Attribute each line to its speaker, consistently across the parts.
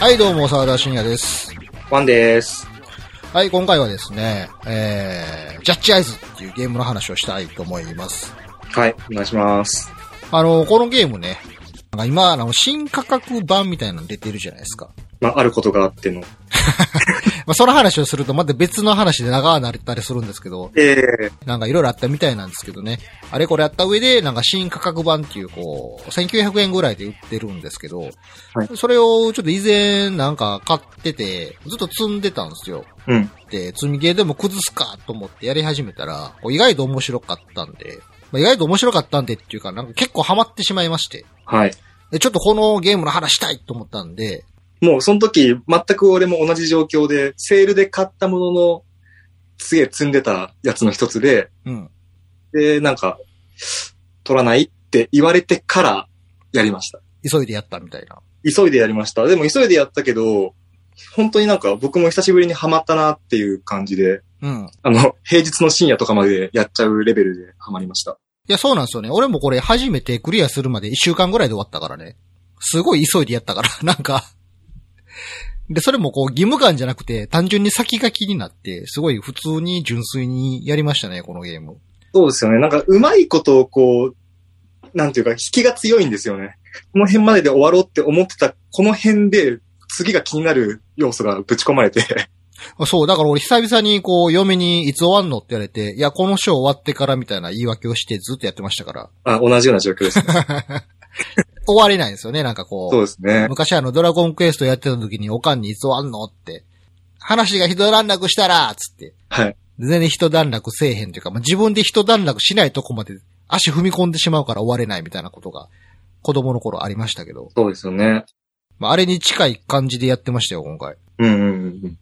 Speaker 1: はい、どうも、沢田信也です。
Speaker 2: ワンです。
Speaker 1: はい、今回はですね、えー、ジャッジアイズっていうゲームの話をしたいと思います。
Speaker 2: はい、お願いします。
Speaker 1: あの、このゲームね、なんか今、あの、新価格版みたいなの出てるじゃないですか。
Speaker 2: まあ、あることがあっての。
Speaker 1: まあ、その話をするとまた別の話で長くなったりするんですけど、
Speaker 2: ええ
Speaker 1: なんかいろいろあったみたいなんですけどね。あれこれやった上で、なんか新価格版っていう、こう、1900円ぐらいで売ってるんですけど、それをちょっと以前なんか買ってて、ずっと積んでたんですよ。
Speaker 2: うん。
Speaker 1: で、積みゲーでも崩すかと思ってやり始めたら、こう意外と面白かったんで、まあ、意外と面白かったんでっていうか、なんか結構ハマってしまいまして。
Speaker 2: はい。
Speaker 1: で、ちょっとこのゲームの話したいと思ったんで、
Speaker 2: もう、その時、全く俺も同じ状況で、セールで買ったものの、すげえ積んでたやつの一つで、
Speaker 1: うん。
Speaker 2: で、なんか、取らないって言われてからやりました。
Speaker 1: 急いでやったみたいな。
Speaker 2: 急いでやりました。でも急いでやったけど、本当になんか僕も久しぶりにハマったなっていう感じで、
Speaker 1: うん。
Speaker 2: あの、平日の深夜とかまでやっちゃうレベルでハマりました。
Speaker 1: いや、そうなんですよね。俺もこれ初めてクリアするまで1週間ぐらいで終わったからね。すごい急いでやったから、 なんか。で、それもこう義務感じゃなくて、単純に先が気になって、すごい普通に純粋にやりましたね、このゲーム。
Speaker 2: そうですよね。なんか、うまいことをこう、なんていうか、引きが強いんですよね。この辺までで終わろうって思ってた、この辺で、次が気になる要素がぶち込まれて、
Speaker 1: そう、だから俺久々にこう、嫁にいつ終わんのって言われて、いや、この章終わってからみたいな言い訳をしてずっとやってましたから。
Speaker 2: あ、同じような状況ですね。
Speaker 1: 終われないんですよね、なんかこ
Speaker 2: そう
Speaker 1: う。
Speaker 2: ですね。
Speaker 1: 昔あの、ドラゴンクエストやってた時に、おかんにいつ終わんのって。話が一段落したらつって。
Speaker 2: はい。
Speaker 1: 全然一段落せえへんというか、まあ、自分で一段落しないとこまで足踏み込んでしまうから終われないみたいなことが、子供の頃ありましたけど。
Speaker 2: そうですよね。
Speaker 1: まあ、あれに近い感じでやってましたよ、今回。
Speaker 2: うんうんうん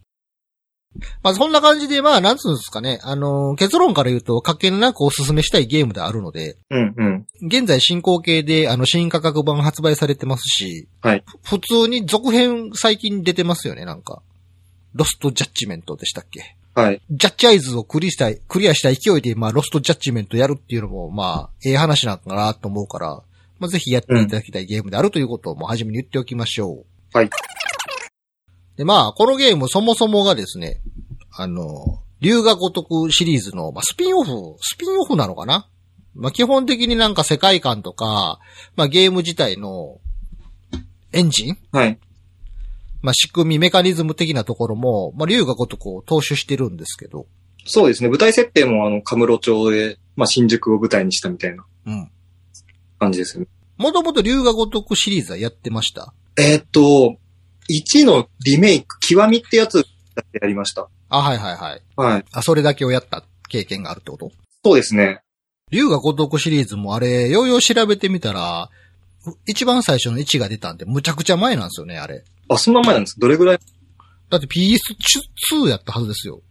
Speaker 1: まあ、そんな感じで、まあ、なんつうんですかね。あのー結論から言うと、かけなくおすすめしたいゲームであるので、
Speaker 2: うん。うんうん。
Speaker 1: 現在進行形で、あの、新価格版発売されてますし、
Speaker 2: はい
Speaker 1: ふ普通に続編最近出てますよね、なんか。ロストジャッジメントでしたっけ
Speaker 2: はい。
Speaker 1: ジャッジアイズをクリしたい、クリアした勢いで、まあ、ロストジャッジメントやるっていうのも、まあ、ええ話なんかなと思うから、まあ、ぜひやっていただきたいゲームであるということを、もう初めに言っておきましょう。
Speaker 2: はい。
Speaker 1: で、まあ、このゲームそもそもがですね、あの、龍が如くシリーズの、まあ、スピンオフ、スピンオフなのかなまあ、基本的になんか世界観とか、まあ、ゲーム自体のエンジン
Speaker 2: はい。
Speaker 1: まあ、仕組み、メカニズム的なところも、まあ、龍が如くを踏襲してるんですけど、
Speaker 2: そうですね。舞台設定も、あの、カムロ町で、まあ、新宿を舞台にしたみたいな
Speaker 1: うん。
Speaker 2: 感じですよね。
Speaker 1: もともと龍が如くシリーズはやってました。
Speaker 2: えーっと、1のリメイク、極みってやつやりました。
Speaker 1: あ、はいはいはい。
Speaker 2: はい。
Speaker 1: あ、それだけをやった経験があるってこと
Speaker 2: そうですね。
Speaker 1: 龍が如くシリーズもあれ、ようよう調べてみたら、一番最初の1が出たんで、むちゃくちゃ前なんですよね、あれ。
Speaker 2: あ、そんな前なんですどれぐらい
Speaker 1: だって PS2 やったはずですよ。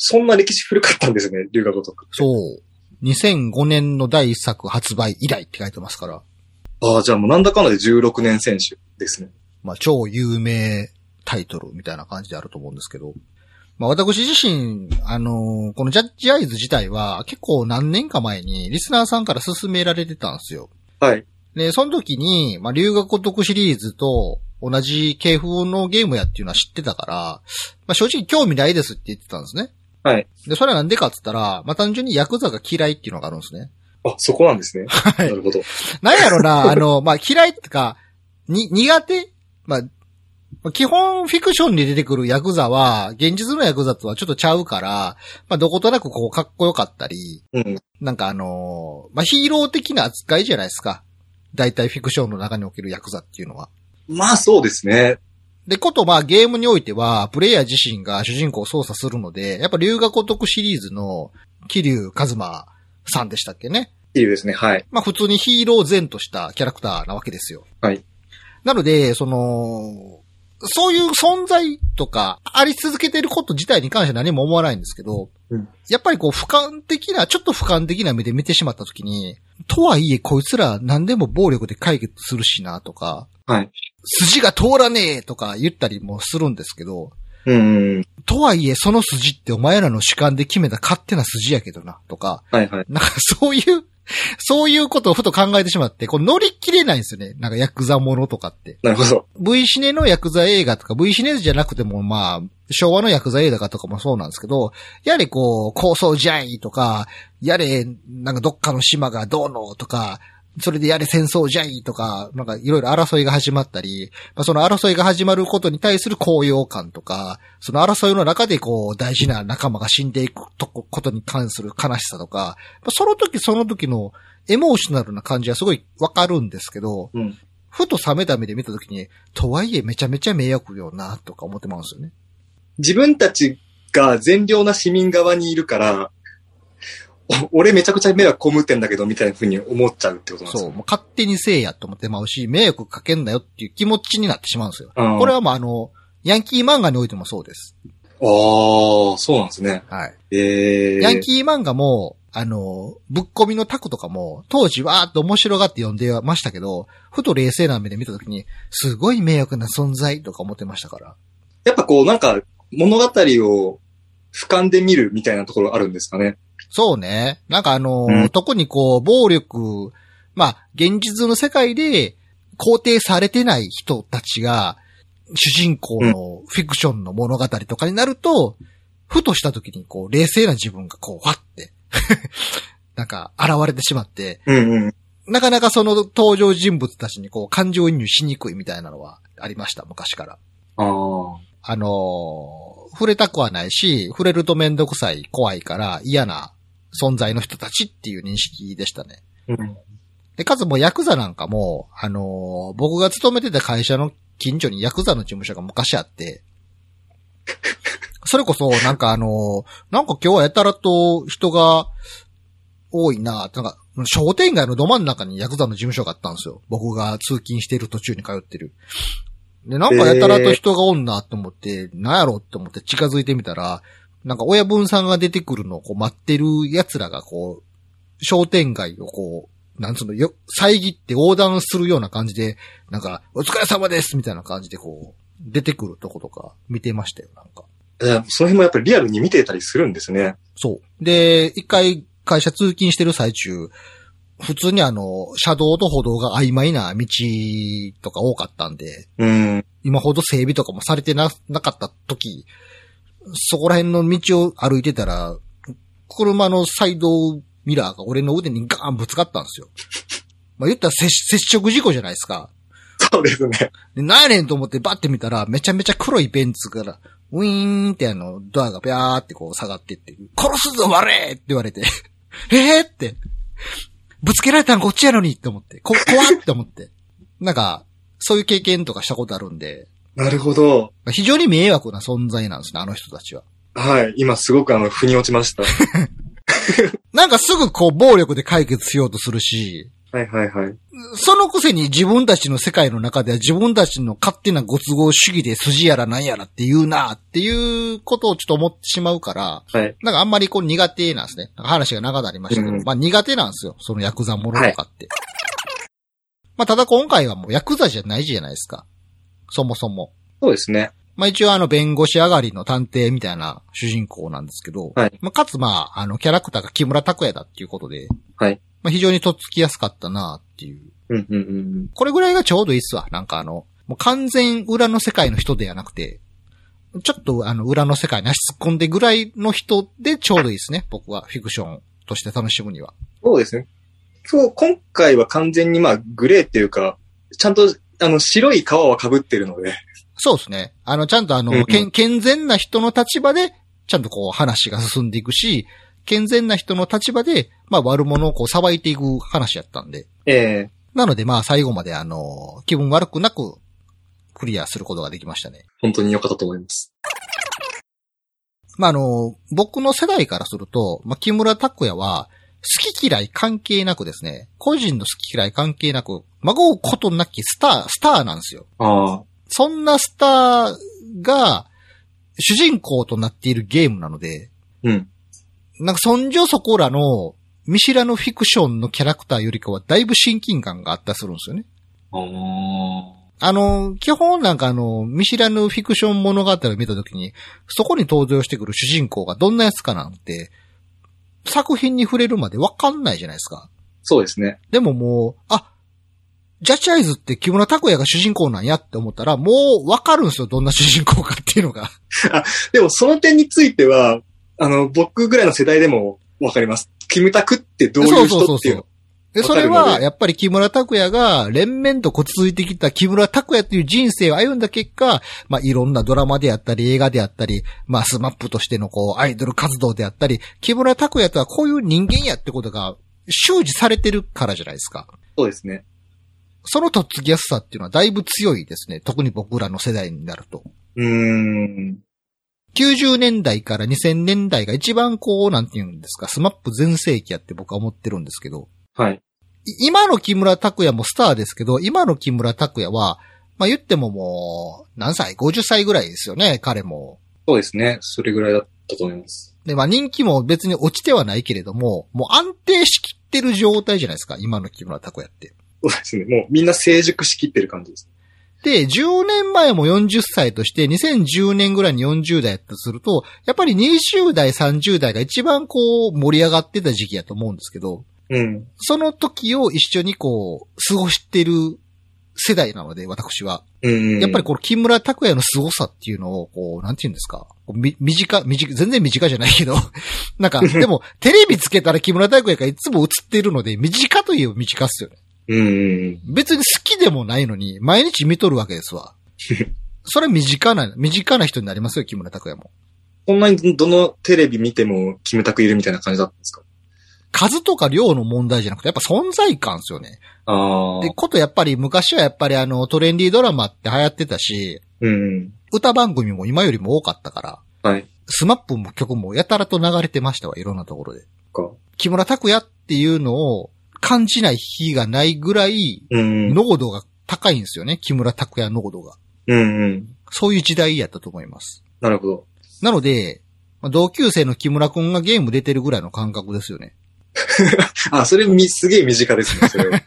Speaker 2: そんな歴史古かったんですね、留学とか。
Speaker 1: そう。2005年の第一作発売以来って書いてますから、
Speaker 2: ああ、じゃあもうなんだかんだで16年選手ですね。
Speaker 1: まあ超有名タイトルみたいな感じであると思うんですけど、まあ私自身、あのーこのジャッジアイズ自体は結構何年か前にリスナーさんから勧められてたんですよ。
Speaker 2: はい。
Speaker 1: で、その時に、まあ、留学得シリーズと同じ系譜のゲームやっていうのは知ってたから、まあ、正直興味ないですって言ってたんですね。
Speaker 2: はい。
Speaker 1: で、それはなんでかって言ったら、まあ、単純にヤクザが嫌いっていうのがあるんですね。
Speaker 2: あ、そこなんですね。はいなるほど。
Speaker 1: なんやろな、あ の、まあ、嫌いってか、に、苦手まあ、まあ基本フィクションに出てくるヤクザは、現実のヤクザとはちょっとちゃうから、まあ、どことなくこう、かっこよかったり、
Speaker 2: うん。
Speaker 1: なんかあのーまあ、ヒーロー的な扱いじゃないですか。大体フィクションの中におけるヤクザっていうのは。
Speaker 2: まあそうですね。
Speaker 1: で、こと、まあ、ゲームにおいては、プレイヤー自身が主人公を操作するので、やっぱ、龍が如くシリーズの、桐生一馬さんでしたっけね。
Speaker 2: っていうですね。はい。
Speaker 1: まあ、普通にヒーロー前としたキャラクターなわけですよ。
Speaker 2: はい。
Speaker 1: なので、その、そういう存在とか、あり続けてること自体に関しては何も思わないんですけど、
Speaker 2: うん
Speaker 1: やっぱりこう、俯瞰的な、ちょっと俯瞰的な目で見てしまったときに、とはいえ、こいつら何でも暴力で解決するしな、とか、
Speaker 2: はい。
Speaker 1: 筋が通らねえとか言ったりもするんですけど、
Speaker 2: うん。
Speaker 1: とはいえその筋ってお前らの主観で決めた勝手な筋やけどな、とか、
Speaker 2: はいはい。
Speaker 1: なんかそういうそういうことをふと考えてしまって、こう乗り切れないんですよね。なんかヤクザものとかって。
Speaker 2: なるほど。
Speaker 1: V シネのヤクザ映画とか、V シネじゃなくてもまあ、昭和のヤクザ映画とかもそうなんですけど、やれこう、構想じゃいとか、やれ、なんかどっかの島がどうのとか、それでやれ戦争じゃいとか、なんかいろいろ争いが始まったり、まあ、その争いが始まることに対する高揚感とか、その争いの中でこう大事な仲間が死んでいくとこことに関する悲しさとか、まあ、その時その時のエモーショナルな感じはすごいわかるんですけど、
Speaker 2: うん
Speaker 1: ふと冷めた目で見た時に、とはいえめちゃめちゃ迷惑よなとか思ってまうんですよね。
Speaker 2: 自分たちが善良な市民側にいるから、お俺めちゃくちゃ迷惑被ってんだけど、みたいな風に思っちゃうってことなんです
Speaker 1: そう、
Speaker 2: よ。
Speaker 1: もう勝手にせえやと思ってまうし、迷惑かけんなよっていう気持ちになってしまうんですよ。
Speaker 2: うん
Speaker 1: これはまああの、ヤンキー漫画においてもそうです。
Speaker 2: ああ、そうなんですね。
Speaker 1: はい。
Speaker 2: ええ
Speaker 1: ヤンキー漫画も、あの、ぶっ込みのタクとかも、当時わーっと面白がって読んでましたけど、ふと冷静な目で見たときに、すごい迷惑な存在とか思ってましたから。
Speaker 2: やっぱこうなんか物語を俯瞰で見るみたいなところあるんですかね。
Speaker 1: そうね。なんかあの、
Speaker 2: うん
Speaker 1: 特にこう、暴力、まあ、現実の世界で肯定されてない人たちが、主人公のフィクションの物語とかになると、ふとしたときにこう、冷静な自分がこう、わって、 なんか、現れてしまって、
Speaker 2: うんうん。
Speaker 1: なかなかその登場人物たちにこう感情移入しにくいみたいなのはありました、昔から。
Speaker 2: ああ。
Speaker 1: あのー触れたくはないし、触れるとめんどくさい、怖いから嫌な存在の人たちっていう認識でしたね。
Speaker 2: うん。
Speaker 1: で、かつもうヤクザなんかも、あのー僕が勤めてた会社の近所にヤクザの事務所が昔あって、それこそ、なんかあのーなんか今日はやたらと人が多いななんか、商店街のど真ん中にヤクザの事務所があったんですよ。僕が通勤している途中に通ってる。で、なんかやたらと人がおんなと思って、なんやろって思って近づいてみたら、なんか親分さんが出てくるのをこう待ってる奴らがこう、商店街をこう、なんつうの、よ、遮って横断するような感じで、なんか、お疲れ様ですみたいな感じでこう、出てくるとことか見てましたよ、なんか。
Speaker 2: えーその辺もやっぱりリアルに見てたりするんですね。
Speaker 1: そう。で、一回会社通勤してる最中、普通にあの、車道と歩道が曖昧な道とか多かったんで、
Speaker 2: うん。
Speaker 1: 今ほど整備とかもされてな、なかった時、そこら辺の道を歩いてたら、車のサイドミラーが俺の腕にガーンぶつかったんですよ。まあ言ったら接接触事故じゃないですか。
Speaker 2: そうですね。
Speaker 1: で、なんやねんと思ってバッて見たら、めちゃめちゃ黒いベンツから、ウィーンってあの、ドアがビャーってこう下がってって、殺すぞ悪いって言われて、 えーって、ぶつけられたんこっちやのにって思って、こ、怖っって思って。なんか、そういう経験とかしたことあるんで、
Speaker 2: なるほど。
Speaker 1: 非常に迷惑な存在なんですね、あの人たちは。
Speaker 2: はい。今すごくあの、腑に落ちました。
Speaker 1: なんかすぐこう暴力で解決しようとするし、
Speaker 2: はいはいはい。
Speaker 1: そのくせに自分たちの世界の中では自分たちの勝手なご都合主義で筋やらなんやらって言うなっていうことをちょっと思ってしまうから、
Speaker 2: はい
Speaker 1: なんかあんまりこう苦手なんですね。なんか話が長くなりましたけど、
Speaker 2: うん
Speaker 1: まあ苦手なんですよ。そのヤクザものとかって。まあただ今回はもうヤクザじゃないじゃないですか。そもそも。
Speaker 2: そうですね。
Speaker 1: まあ一応あの弁護士上がりの探偵みたいな主人公なんですけど、
Speaker 2: はい
Speaker 1: まあかつまああのキャラクターが木村拓哉だっていうことで、
Speaker 2: はい
Speaker 1: まあ非常にとっつきやすかったなっていう。
Speaker 2: うんうんうん。
Speaker 1: これぐらいがちょうどいいっすわ。なんかあの、もう完全裏の世界の人ではなくて、ちょっとあの裏の世界に足突っ込んでぐらいの人でちょうどいいですね。僕はフィクションとして楽しむには。
Speaker 2: そうですね。そう、今回は完全にまあ、グレーっていうか、ちゃんと、あの、白い皮は被ってるので、
Speaker 1: そうですね。あの、ちゃんとあの、
Speaker 2: うんうん
Speaker 1: 健健全な人の立場で、ちゃんとこう話が進んでいくし、健全な人の立場で、まあ悪者をこう裁いていく話やったんで。
Speaker 2: ええ
Speaker 1: なのでまあ最後まであの、気分悪くなくクリアすることができましたね。
Speaker 2: 本当に良かったと思います。
Speaker 1: まああの、僕の世代からすると、まあ木村拓哉は、好き嫌い関係なくですね、個人の好き嫌い関係なく、孫うことなきスター、スターなんですよ。
Speaker 2: ああ。
Speaker 1: そんなスターが主人公となっているゲームなので、
Speaker 2: うん。
Speaker 1: なんかそんじょそこらの見知らぬフィクションのキャラクターよりかはだいぶ親近感があったりするんですよね。
Speaker 2: ああ。
Speaker 1: あの、基本なんかあの、見知らぬフィクション物語を見たときに、そこに登場してくる主人公がどんなやつかなんて、作品に触れるまでわかんないじゃないですか。
Speaker 2: そうですね。
Speaker 1: でももう、あ、ジャッジアイズって木村拓哉が主人公なんやって思ったら、もうわかるんですよ、どんな主人公かっていうのが。
Speaker 2: でもその点については、あの、僕ぐらいの世代でもわかります。キムタクってどういう人っていうの。
Speaker 1: で、それは、やっぱり木村拓哉が連綿とこう続いてきた木村拓哉という人生を歩んだ結果、まあいろんなドラマであったり映画であったり、まあスマップとしてのこうアイドル活動であったり、木村拓哉とはこういう人間やってことが周知されてるからじゃないですか。
Speaker 2: そうですね。
Speaker 1: そのとっつきやすさっていうのはだいぶ強いですね。特に僕らの世代になると。
Speaker 2: うーん。
Speaker 1: 90年代から2000年代が一番こう、なんて言うんですか、スマップ全盛期やって僕は思ってるんですけど、
Speaker 2: はい。
Speaker 1: い今の木村拓哉もスターですけど、今の木村拓哉は、まあ言ってももう、何歳 ?50 歳ぐらいですよね、彼も。
Speaker 2: そうですね。それぐらいだったと思います。
Speaker 1: で、まあ人気も別に落ちてはないけれども、もう安定しきってる状態じゃないですか、今の木村拓哉って。
Speaker 2: そうですね。もうみんな成熟しきってる感じです。
Speaker 1: で、10年前も40歳として、2010年ぐらいに40代やったとすると、やっぱり20代、30代が一番こう、盛り上がってた時期やと思うんですけど、
Speaker 2: うん。
Speaker 1: その時を一緒にこう、過ごしてる世代なので、私は。
Speaker 2: うん。
Speaker 1: やっぱりこの木村拓哉の凄さっていうのを、こう、なんて言うんですか。こうみ、短、短、全然短じゃないけど。 なん か、でも、テレビつけたら木村拓哉がいつも映ってるので、短といえば短っすよね。
Speaker 2: うんうん。
Speaker 1: 別に好きでもないのに、毎日見とるわけです わ。それは身近な、身近な人になりますよ、木村拓哉も。
Speaker 2: こんなにどのテレビ見てもキムタクいるみたいな感じだったんですか
Speaker 1: 数とか量の問題じゃなくて、やっぱ存在感ですよね。
Speaker 2: ああ
Speaker 1: で、。ことやっぱり昔はやっぱりあのトレンディードラマって流行ってたし、
Speaker 2: うん。
Speaker 1: 歌番組も今よりも多かったから、
Speaker 2: はい。
Speaker 1: スマップも曲もやたらと流れてましたわ、いろんなところで。
Speaker 2: か。
Speaker 1: 木村拓哉っていうのを感じない日がないぐらい、
Speaker 2: うん。
Speaker 1: 濃度が高いんですよね、木村拓哉濃度が。
Speaker 2: うんうん。
Speaker 1: そういう時代やったと思います。
Speaker 2: なるほど。
Speaker 1: なので、まあ同級生の木村くんがゲーム出てるぐらいの感覚ですよね。
Speaker 2: あ、それみ、すげえ身近ですね、それは。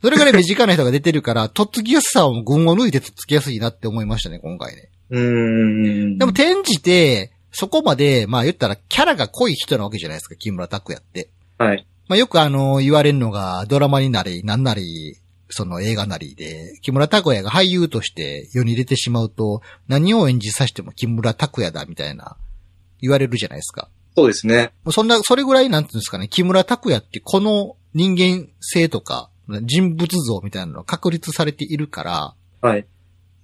Speaker 1: それぐらい身近な人が出てる から、とっつきやすさを群を抜いてとっつきやすいなって思いましたね、今回ね。
Speaker 2: うん。
Speaker 1: でも、転じて、そこまで、まあ言ったらキャラが濃い人なわけじゃないですか、木村拓哉って。
Speaker 2: はい。
Speaker 1: まあよくあの、言われるのが、ドラマになり、なんなり、その映画なりで、木村拓哉が俳優として世に出てしまうと、何を演じさせても木村拓哉だ、みたいな、言われるじゃないですか。
Speaker 2: そうですね。
Speaker 1: もうそんな、それぐらい、なんていうんですかね、木村拓哉ってこの人間性とか、人物像みたいなのが確立されているから、
Speaker 2: はい。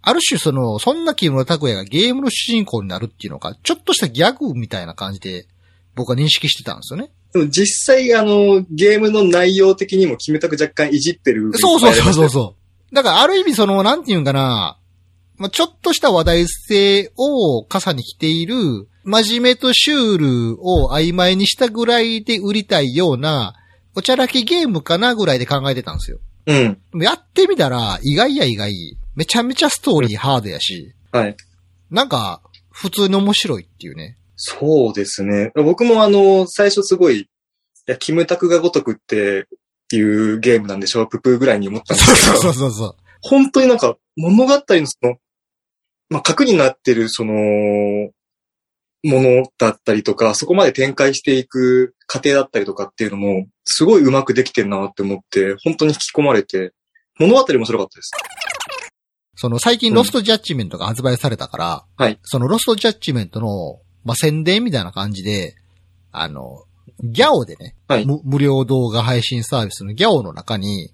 Speaker 1: ある種その、そんな木村拓哉がゲームの主人公になるっていうのが、ちょっとしたギャグみたいな感じで、僕は認識してたんですよね。
Speaker 2: でも実際、あの、ゲームの内容的にもキムタク若干いじってる部分
Speaker 1: そうそうそう
Speaker 2: いっぱいありました
Speaker 1: そ
Speaker 2: よ
Speaker 1: う。そう。だからある意味その、なんていうんかな、まあ、ちょっとした話題性を傘に来ている、真面目とシュールを曖昧にしたぐらいで売りたいような、おちゃらけゲームかなぐらいで考えてたんですよ。
Speaker 2: うん。
Speaker 1: でもやってみたら、意外や意外、めちゃめちゃストーリーハードやし、
Speaker 2: はい。
Speaker 1: なんか、普通に面白いっていう ね。
Speaker 2: そうですね。僕もあの、最初すごい、いや、キムタクがごとくっていうゲームなんでしょう、ププーぐらいに思ったんです
Speaker 1: そう
Speaker 2: けど。
Speaker 1: そうそうそう。
Speaker 2: 本当になんか物語のその、まあ、核になってるその、ものだったりとか、そこまで展開していく過程だったりとかっていうのも、すごいうまくできてるなって思って、本当に引き込まれて、物語面白かったです。
Speaker 1: その最近
Speaker 2: うん
Speaker 1: ロストジャッジメントが発売されたから、
Speaker 2: はい
Speaker 1: そのロストジャッジメントの、まあ、宣伝みたいな感じで、あの、ギャオでね、
Speaker 2: はい
Speaker 1: む無料動画配信サービスのギャオの中に、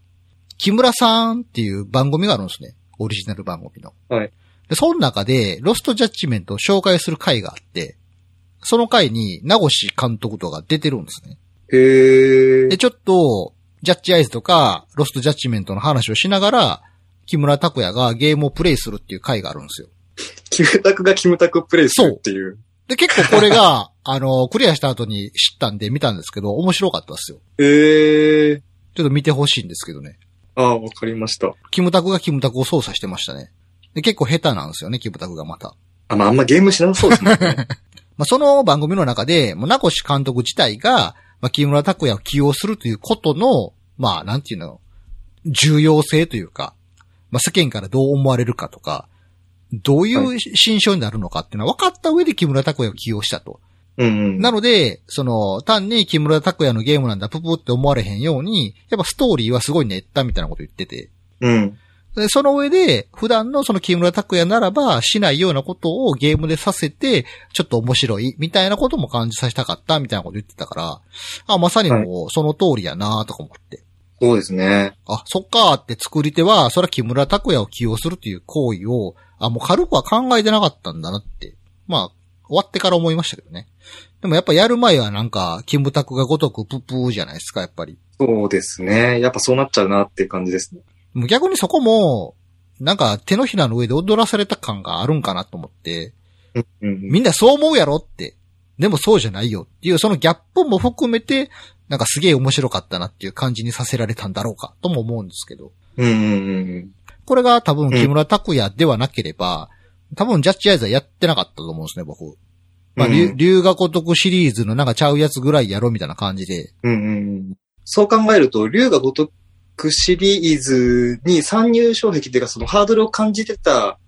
Speaker 1: 木村さんっていう番組があるんですね。オリジナル番組の。
Speaker 2: はい
Speaker 1: で、その中で、ロストジャッジメントを紹介する回があって、その回に、名越監督とか出てるんですね。
Speaker 2: へ
Speaker 1: で、
Speaker 2: え。
Speaker 1: ちょっと、ジャッジアイズとか、ロストジャッジメントの話をしながら、木村拓哉がゲームをプレイするっていう回があるんですよ。
Speaker 2: キムタクがキムタクプレイするっていう。
Speaker 1: で、結構これが、 あの、クリアした後に知ったんで見たんですけど、面白かったですよ。
Speaker 2: へえ。
Speaker 1: ちょっと見てほしいんですけどね。
Speaker 2: ああ、わかりました。
Speaker 1: キムタクがキムタクを操作してましたね。で、結構下手なんですよね、キムタクがまた。
Speaker 2: あ、まあ、あんまゲームしなさそ うですもんね。
Speaker 1: まあ、その番組の中で、もう名越監督自体が、まあ、木村拓哉を起用するということの、まあ、なんていうの、重要性というか、まあ、世間からどう思われるかとか、どういう心象になるのかっていうのは分かった上で木村拓哉を起用したと。
Speaker 2: うん。
Speaker 1: なので、その、単に木村拓哉のゲームなんだ、ププって思われへんように、やっぱストーリーはすごい練ったみたいなこと言ってて。
Speaker 2: うん。
Speaker 1: で、その上で、普段のその木村拓哉ならばしないようなことをゲームでさせて、ちょっと面白い、みたいなことも感じさせたかった、みたいなこと言ってたから、あ、まさにもう、その通りやなとか思って。
Speaker 2: そうですね。
Speaker 1: あ、そっかーって作り手は、それは木村拓哉を起用するという行為を、あ、もう軽くは考えてなかったんだなって。まあ、終わってから思いましたけどね。でもやっぱやる前はなんか、キムタクがごとくプップーじゃないですか、やっぱり。
Speaker 2: そうですね。やっぱそうなっちゃうなっていう感じですね。
Speaker 1: もう逆にそこも、なんか手のひらの上で踊らされた感があるんかなと思って、
Speaker 2: うん。
Speaker 1: みんなそう思うやろって。でもそうじゃないよっていう、そのギャップも含めて、なんかすげえ面白かったなっていう感じにさせられたんだろうか、とも思うんですけど。
Speaker 2: うんうんうん
Speaker 1: これが多分木村拓哉ではなければ、多分ジャッジアイズはやってなかったと思うんですね、僕。まあ、
Speaker 2: うん
Speaker 1: 竜竜が如くシリーズのなんかちゃうやつぐらいやろみたいな感じで。
Speaker 2: うんうん。そう考えると、竜が如くシリーズに参入障壁っていうか、そのハードルを感じてた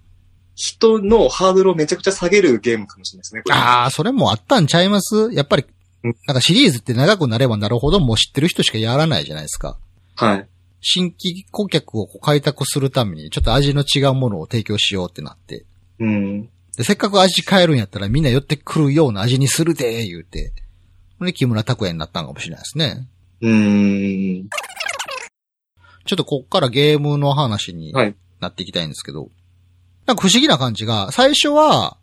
Speaker 2: 人のハードルをめちゃくちゃ下げるゲームかもしれないですね。これ
Speaker 1: ああ、それもあったんちゃいますやっぱり、なんかシリーズって長くなればなるほどもう知ってる人しかやらないじゃないですか。
Speaker 2: はい。
Speaker 1: 新規顧客をこう開拓するためにちょっと味の違うものを提供しようってなって。
Speaker 2: うん。
Speaker 1: で、せっかく味変えるんやったらみんな寄ってくるような味にするで、言うて。で、木村拓哉になったんかもしれないですね。
Speaker 2: うん。
Speaker 1: ちょっとこっからゲームの話に
Speaker 2: はい
Speaker 1: なっていきたいんですけど、なんか不思議な感じが、最初は、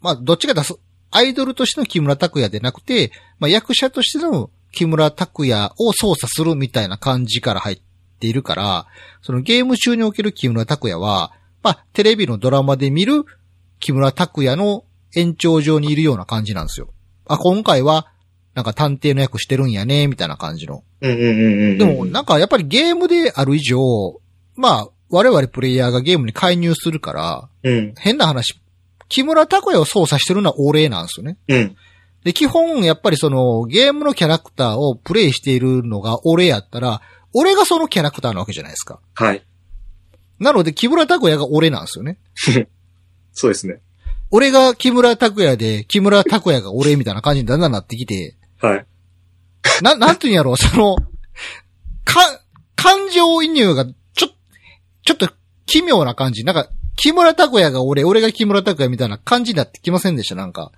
Speaker 1: まあ、どっちかというとアイドルとしての木村拓哉でなくて、まあ、役者としての木村拓哉を操作するみたいな感じから入っているから、そのゲーム中における木村拓哉は、まあ、テレビのドラマで見る木村拓哉の延長上にいるような感じなんですよ。あ、今回は、なんか探偵の役してるんやね、みたいな感じの。
Speaker 2: うんうんうんうん。
Speaker 1: でも、なんかやっぱりゲームである以上、まあ、我々プレイヤーがゲームに介入するから、
Speaker 2: うん。
Speaker 1: 変な話、木村拓哉を操作してるのは俺なんですよね。
Speaker 2: うん。
Speaker 1: で、基本、やっぱりその、ゲームのキャラクターをプレイしているのが俺やったら、俺がそのキャラクターなわけじゃないですか。
Speaker 2: はい。
Speaker 1: なので、木村拓哉が俺なんですよね。
Speaker 2: そうですね。
Speaker 1: 俺が木村拓哉で、木村拓哉が俺みたいな感じにだんだんなってきて、
Speaker 2: はい。
Speaker 1: な、なんて言うんやろう、その、か、感情移入が、ちょ、ちょっと奇妙な感じ。なんか、木村拓哉が俺、俺が木村拓哉みたいな感じになってきませんでした、なんか。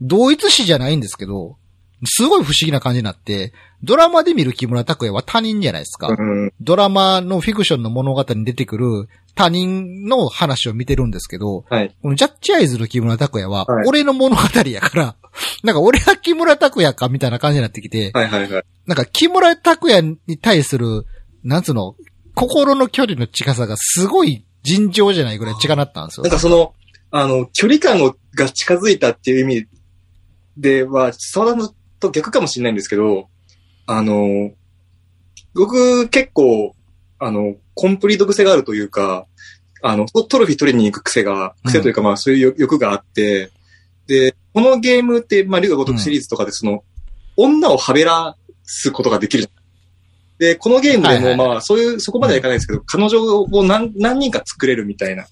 Speaker 1: 同一視じゃないんですけど、すごい不思議な感じになって、ドラマで見る木村拓哉は他人じゃないですか。
Speaker 2: うん。
Speaker 1: ドラマのフィクションの物語に出てくる他人の話を見てるんですけど、
Speaker 2: はい。
Speaker 1: このジャッジアイズの木村拓哉は
Speaker 2: はい、
Speaker 1: 俺の物語やから、なんか俺が木村拓哉かみたいな感じになってきて、
Speaker 2: はいはいはい。
Speaker 1: なんか木村拓哉に対する、なんつうの、心の距離の近さがすごい尋常じゃないぐらい近なったんですよ
Speaker 2: なん。かその、あの、距離感をが近づいたっていう意味では、沢田のと逆かもしれないんですけど、あの、僕結構、あの、コンプリート癖があるというか、あの、トトロフィー取りに行く癖が、癖というかまあそういう欲欲があって、で、このゲームって、まあ、竜が如くシリーズとかでその、女をはべらすことができる。で、このゲームで
Speaker 1: はいは
Speaker 2: も
Speaker 1: い
Speaker 2: まあ、そういう、そこまではいかないですけど、彼女を何何人か作れるみたいな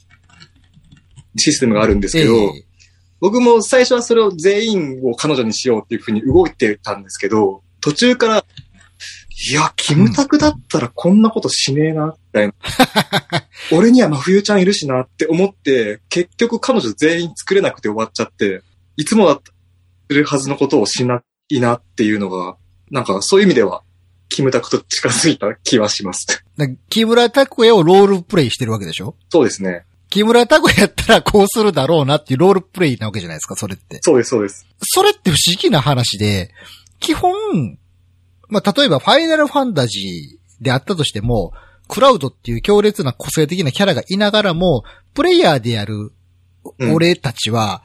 Speaker 2: システムがあるんですけど、
Speaker 1: ええ
Speaker 2: 僕も最初はそれを全員を彼女にしようっていうふうに動いてたんですけど、途中から、いや、キムタクだったらこんなことしねえな、みた いな。俺には真冬ちゃんいるしなって思って、結局彼女全員作れなくて終わっちゃって、いつもだったらするはずのことをしないなっていうのが、なんかそういう意味では、キムタクと近づいた気はします。
Speaker 1: なんか木村拓哉をロールプレイしてるわけでしょ
Speaker 2: そうですね。
Speaker 1: 木村拓哉やったらこうするだろうなっていうロールプレイなわけじゃないですか、それって。
Speaker 2: そうです、そうです。
Speaker 1: それって不思議な話で、基本、まあ、例えばファイナルファンタジーであったとしても、クラウドっていう強烈な個性的なキャラがいながらも、プレイヤーでやる
Speaker 2: うん
Speaker 1: 俺たちは、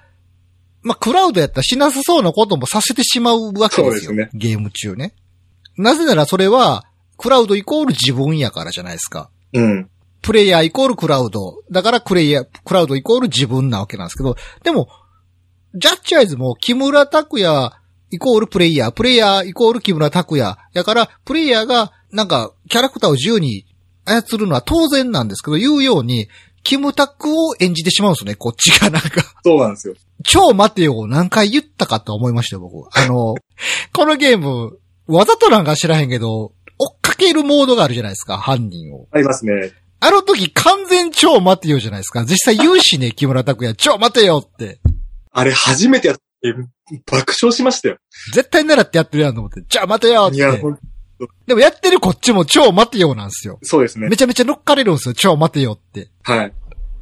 Speaker 1: まあ、クラウドやったら死なさそうなこともさせてしまうわけです
Speaker 2: そ
Speaker 1: よ。
Speaker 2: うですね
Speaker 1: ゲーム中ね。なぜならそれは、クラウドイコール自分やからじゃないですか。
Speaker 2: うん。
Speaker 1: プレイヤーイコールクラウド。だからクレイヤー、クラウドイコール自分なわけなんですけど、でも、ジャッジアイズも木村拓哉イコールプレイヤー、プレイヤーイコール木村拓哉。だから、プレイヤーがなんかキャラクターを自由に操るのは当然なんですけど、言うように、キムタクを演じてしまうんですね、こっちがなんか。
Speaker 2: そうなんですよ。
Speaker 1: 超待てよを何回言ったかと思いましたよ、僕。あの、 このゲーム、わざとなんか知らへんけど、追っかけるモードがあるじゃないですか、犯人を。
Speaker 2: ありますね。
Speaker 1: あの時完全超待てよじゃないですか。実際言うしね、木村拓哉、超待てよって。
Speaker 2: あれ初めてやって、爆笑しましたよ。
Speaker 1: 絶対習ってやってるやんと思って、じゃあ待てよっ
Speaker 2: いや、
Speaker 1: て
Speaker 2: ほ。ん
Speaker 1: でもやってるこっちも超待てよなんですよ。
Speaker 2: そうですね
Speaker 1: め。ちゃめちゃ乗っかれるんですよ、超待てよって。
Speaker 2: はい。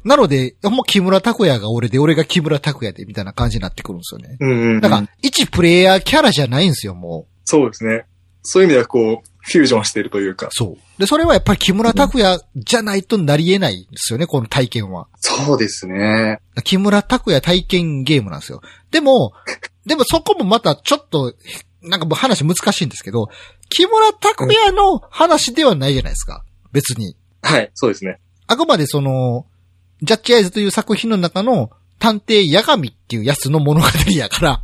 Speaker 1: なので、ほんま木村拓哉が俺で、俺が木村拓哉で、みたいな感じになってくるんですよね。
Speaker 2: うんうん、うん。
Speaker 1: だから、一プレイヤーキャラじゃないんですよ、もう。
Speaker 2: そうですね。そういう意味ではこう、フュージョンしてるというか。
Speaker 1: そう。で、それはやっぱり木村拓哉じゃないとなり得ないんですよね、この体験は。
Speaker 2: そうですね。
Speaker 1: 木村拓哉体験ゲームなんですよ。でも、でもそこもまたちょっと、なんかもう話難しいんですけど、木村拓哉の話ではないじゃないですか。別に。
Speaker 2: はい、そうですね。
Speaker 1: あくまでその、ジャッジアイズという作品の中の探偵ヤガミっていうやつの物語やから、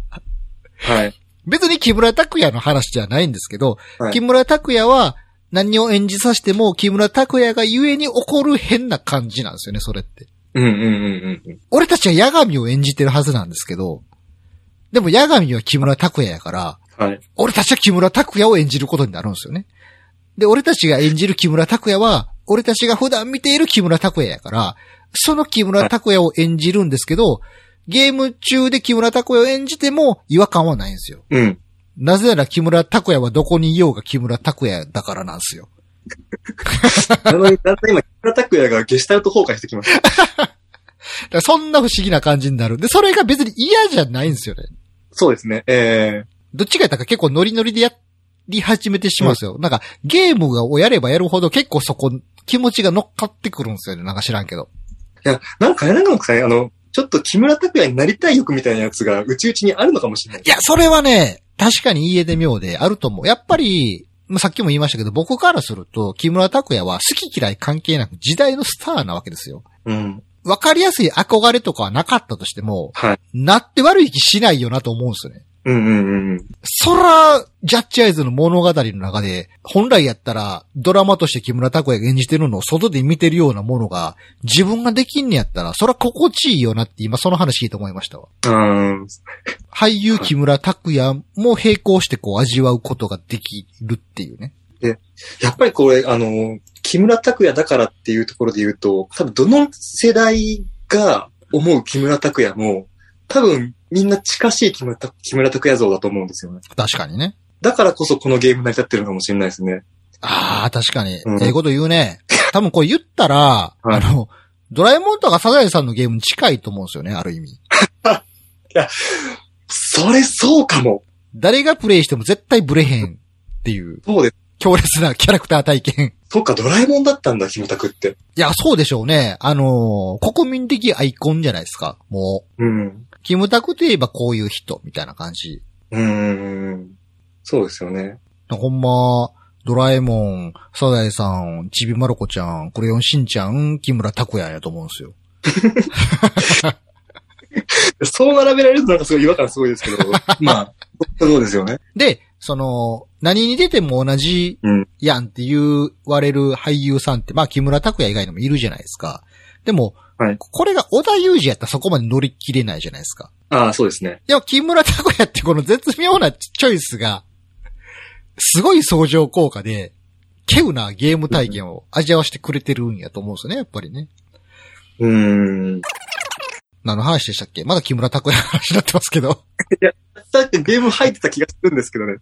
Speaker 2: はい。
Speaker 1: 別に木村拓哉の話じゃないんですけど、
Speaker 2: はい
Speaker 1: 木村拓哉は何を演じさせても木村拓哉が故に起こる変な感じなんですよね、それって。
Speaker 2: うんうんうんうん。
Speaker 1: 俺たちは八神を演じてるはずなんですけど、でも八神は木村拓哉やから、
Speaker 2: はい。
Speaker 1: 俺たちは木村拓哉を演じることになるんですよね。で、俺たちが演じる木村拓哉は、俺たちが普段見ている木村拓哉やから、その木村拓哉を演じるんですけど、ゲーム中で木村拓哉を演じても違和感はないんですよ。
Speaker 2: うん。
Speaker 1: なぜなら木村拓哉はどこにいようが木村拓哉だからなんですよ。
Speaker 2: なのに、だ んだん今、木村拓哉がゲシュタルト崩壊してきました。
Speaker 1: だからそんな不思議な感じになる。で、それが別に嫌じゃないんですよね。
Speaker 2: そうですね。え
Speaker 1: どっちがやったか結構ノリノリでやり始めてしまうんですよ。なんか、ゲームをやればやるほど結構そこ、気持ちが乗っかってくるんですよね。なんか知らんけど。
Speaker 2: ー、いや、なんかあれなんかね、あの、ちょっと木村拓哉になりたい欲みたいなやつが、うちうちにあるのかもしれない。
Speaker 1: いや、それはね、確かに言えて妙であると思う。やっぱり、まあさっきも言いましたけど、僕からすると、木村拓哉は好き嫌い関係なく時代のスターなわけですよ。
Speaker 2: うん。
Speaker 1: わかりやすい憧れとかはなかったとしても、
Speaker 2: はい
Speaker 1: なって悪い気しないよなと思うんですよね。
Speaker 2: うんうんうんうん。
Speaker 1: そら、ジャッジアイズの物語の中で、本来やったら、ドラマとして木村拓哉が演じてるのを外で見てるようなものが、自分ができんねやったら、そら心地いいよなって今その話聞いて思いましたわ。
Speaker 2: うん。
Speaker 1: 俳優木村拓哉も並行してこう味わうことができるっていうね。
Speaker 2: やっぱりこれ、あの、木村拓哉だからっていうところで言うと、多分どの世代が思う木村拓哉も、多分みんな近しい木村拓木村拓哉像だと思うんですよね。
Speaker 1: 確かにね。
Speaker 2: だからこそこのゲーム成り立ってるのかもしれないですね。
Speaker 1: ああ、確かに。
Speaker 2: うん
Speaker 1: ええこと言うね。多分これ言ったら、
Speaker 2: はい
Speaker 1: あの、ドラえもんとかサザエさんのゲームに近いと思うんですよね、ある意味。
Speaker 2: それそうかも
Speaker 1: 誰がプレイしても絶対ブレへんっていう、
Speaker 2: そうです。
Speaker 1: 強烈なキャラクター体験。
Speaker 2: そっか、ドラえもんだったんだ、キムタクって。
Speaker 1: いや、そうでしょうね。あのー国民的アイコンじゃないですか。も
Speaker 2: うん。
Speaker 1: う、キムタクといえばこういう人、みたいな感じ。
Speaker 2: うん。そうですよね。
Speaker 1: ほんま、ドラえもん、サザエさん、ちびまる子ちゃん、クレヨンしんちゃん、木村拓哉やと思うんですよ。
Speaker 2: そう並べられるとなんかすごい違和感すごいです けど、まあ、そうですよね。
Speaker 1: で、その、何に出ても同じ
Speaker 2: うん
Speaker 1: やんって言われる俳優さんって、まあ木村拓哉以外にもいるじゃないですか。でも、
Speaker 2: はい
Speaker 1: これが小田裕二やったらそこまで乗り切れないじゃないですか。
Speaker 2: ああ、そうですね。
Speaker 1: いや、木村拓哉ってこの絶妙なチョイスが、すごい相乗効果で、稀有なゲーム体験を味わわせてくれてるんやと思うんですよね、やっぱりね。
Speaker 2: うん。
Speaker 1: 何の話でしたっけまだ木村拓哉の話になってますけど。
Speaker 2: だってゲーム入ってた気がするんですけどね。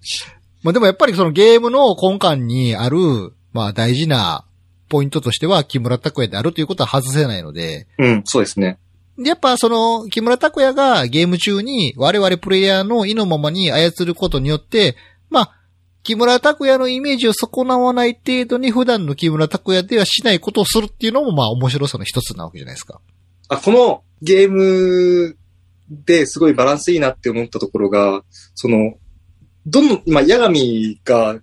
Speaker 1: まあでもやっぱりそのゲームの根幹にある、まあ大事なポイントとしては木村拓哉であるということは外せないので、
Speaker 2: うん、そうですね。
Speaker 1: でやっぱその、木村拓哉がゲーム中に我々プレイヤーの意のままに操ることによって、まあ、木村拓哉のイメージを損なわない程度に普段の木村拓哉ではしないことをするっていうのもまあ面白さの一つなわけじゃないですか。
Speaker 2: あ、このゲームですごいバランスいいなって思ったところが、その、どの、まあ、ヤガミが、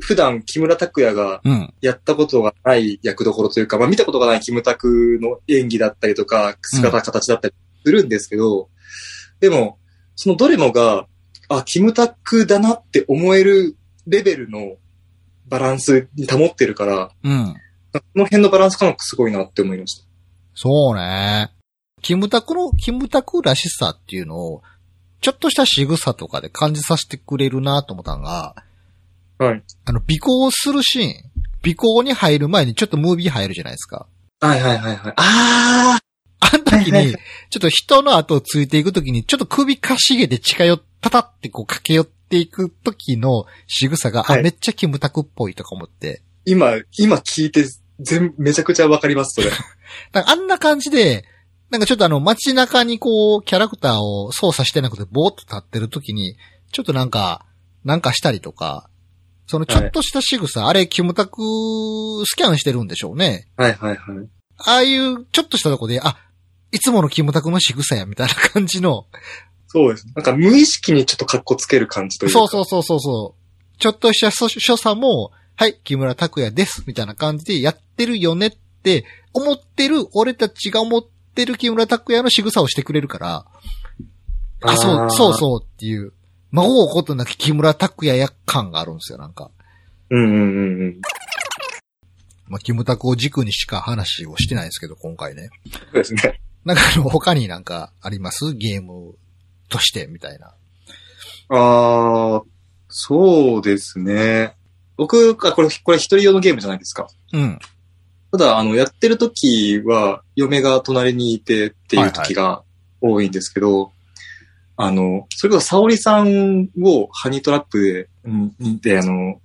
Speaker 2: 普段木村拓哉が
Speaker 1: うん。
Speaker 2: やったことがない役どころというか、まあ、見たことがないキムタクの演技だったりとか、姿、形だったりするんですけど、でも、そのどれもが、あ、キムタクだなって思えるレベルのバランスに保ってるから、
Speaker 1: うん。
Speaker 2: この辺のバランス感覚すごいなって思いました。
Speaker 1: そうね。キムタクの、キムタクらしさっていうのを、ちょっとした仕草とかで感じさせてくれるなと思ったのが、
Speaker 2: はい。
Speaker 1: あの、尾行するシーン。尾行に入る前にちょっとムービー入るじゃないですか。
Speaker 2: はいはいはいはい。あ
Speaker 1: あの時
Speaker 2: はいはい
Speaker 1: に、ちょっと人の後をついていく時に、ちょっと首かしげて近寄ったたってこう駆け寄っていく時の仕草が、
Speaker 2: はい
Speaker 1: あ、めっちゃキムタクっぽいとか思って。
Speaker 2: ー今、今聞いて、全、めちゃくちゃわかります、それ。
Speaker 1: なんかあんな感じで、なんかちょっとあの街中にこう、キャラクターを操作してなくてぼーっと立ってる時に、ちょっとなんか、なんかしたりとか、そのちょっとした仕草、あれキムタクスキャンしてるんでしょうね。
Speaker 2: はいはいはい。
Speaker 1: ああいうちょっとしたとこで、あ、いつものキムタクの仕草や、みたいな感じの、
Speaker 2: そうです。なんか無意識にちょっと格好つける感じというか。
Speaker 1: そうそうそうそうそう。ちょっとした所所作も、はい、木村拓哉です、みたいな感じでやってるよねって、思ってる、俺たちが思ってる木村拓哉の仕草をしてくれるから、あ、そ
Speaker 2: あー
Speaker 1: う、そうそうっていう、魔法をことなき木村拓哉や感があるんですよ、なんか。
Speaker 2: うんうんうんうん。
Speaker 1: まあ、キムタクを軸にしか話をしてないですけど、今回ね。
Speaker 2: そうですね。
Speaker 1: なんかあの、他になんかありますゲームとして、みたいな。
Speaker 2: ああ、そうですね。僕が、これ、これ一人用のゲームじゃないですか。
Speaker 1: うん。
Speaker 2: ただ、あの、やってる時は、嫁が隣にいてっていう時が多いんですけど、あの、それこそ沙織さんをハニートラップで、うんで、あの、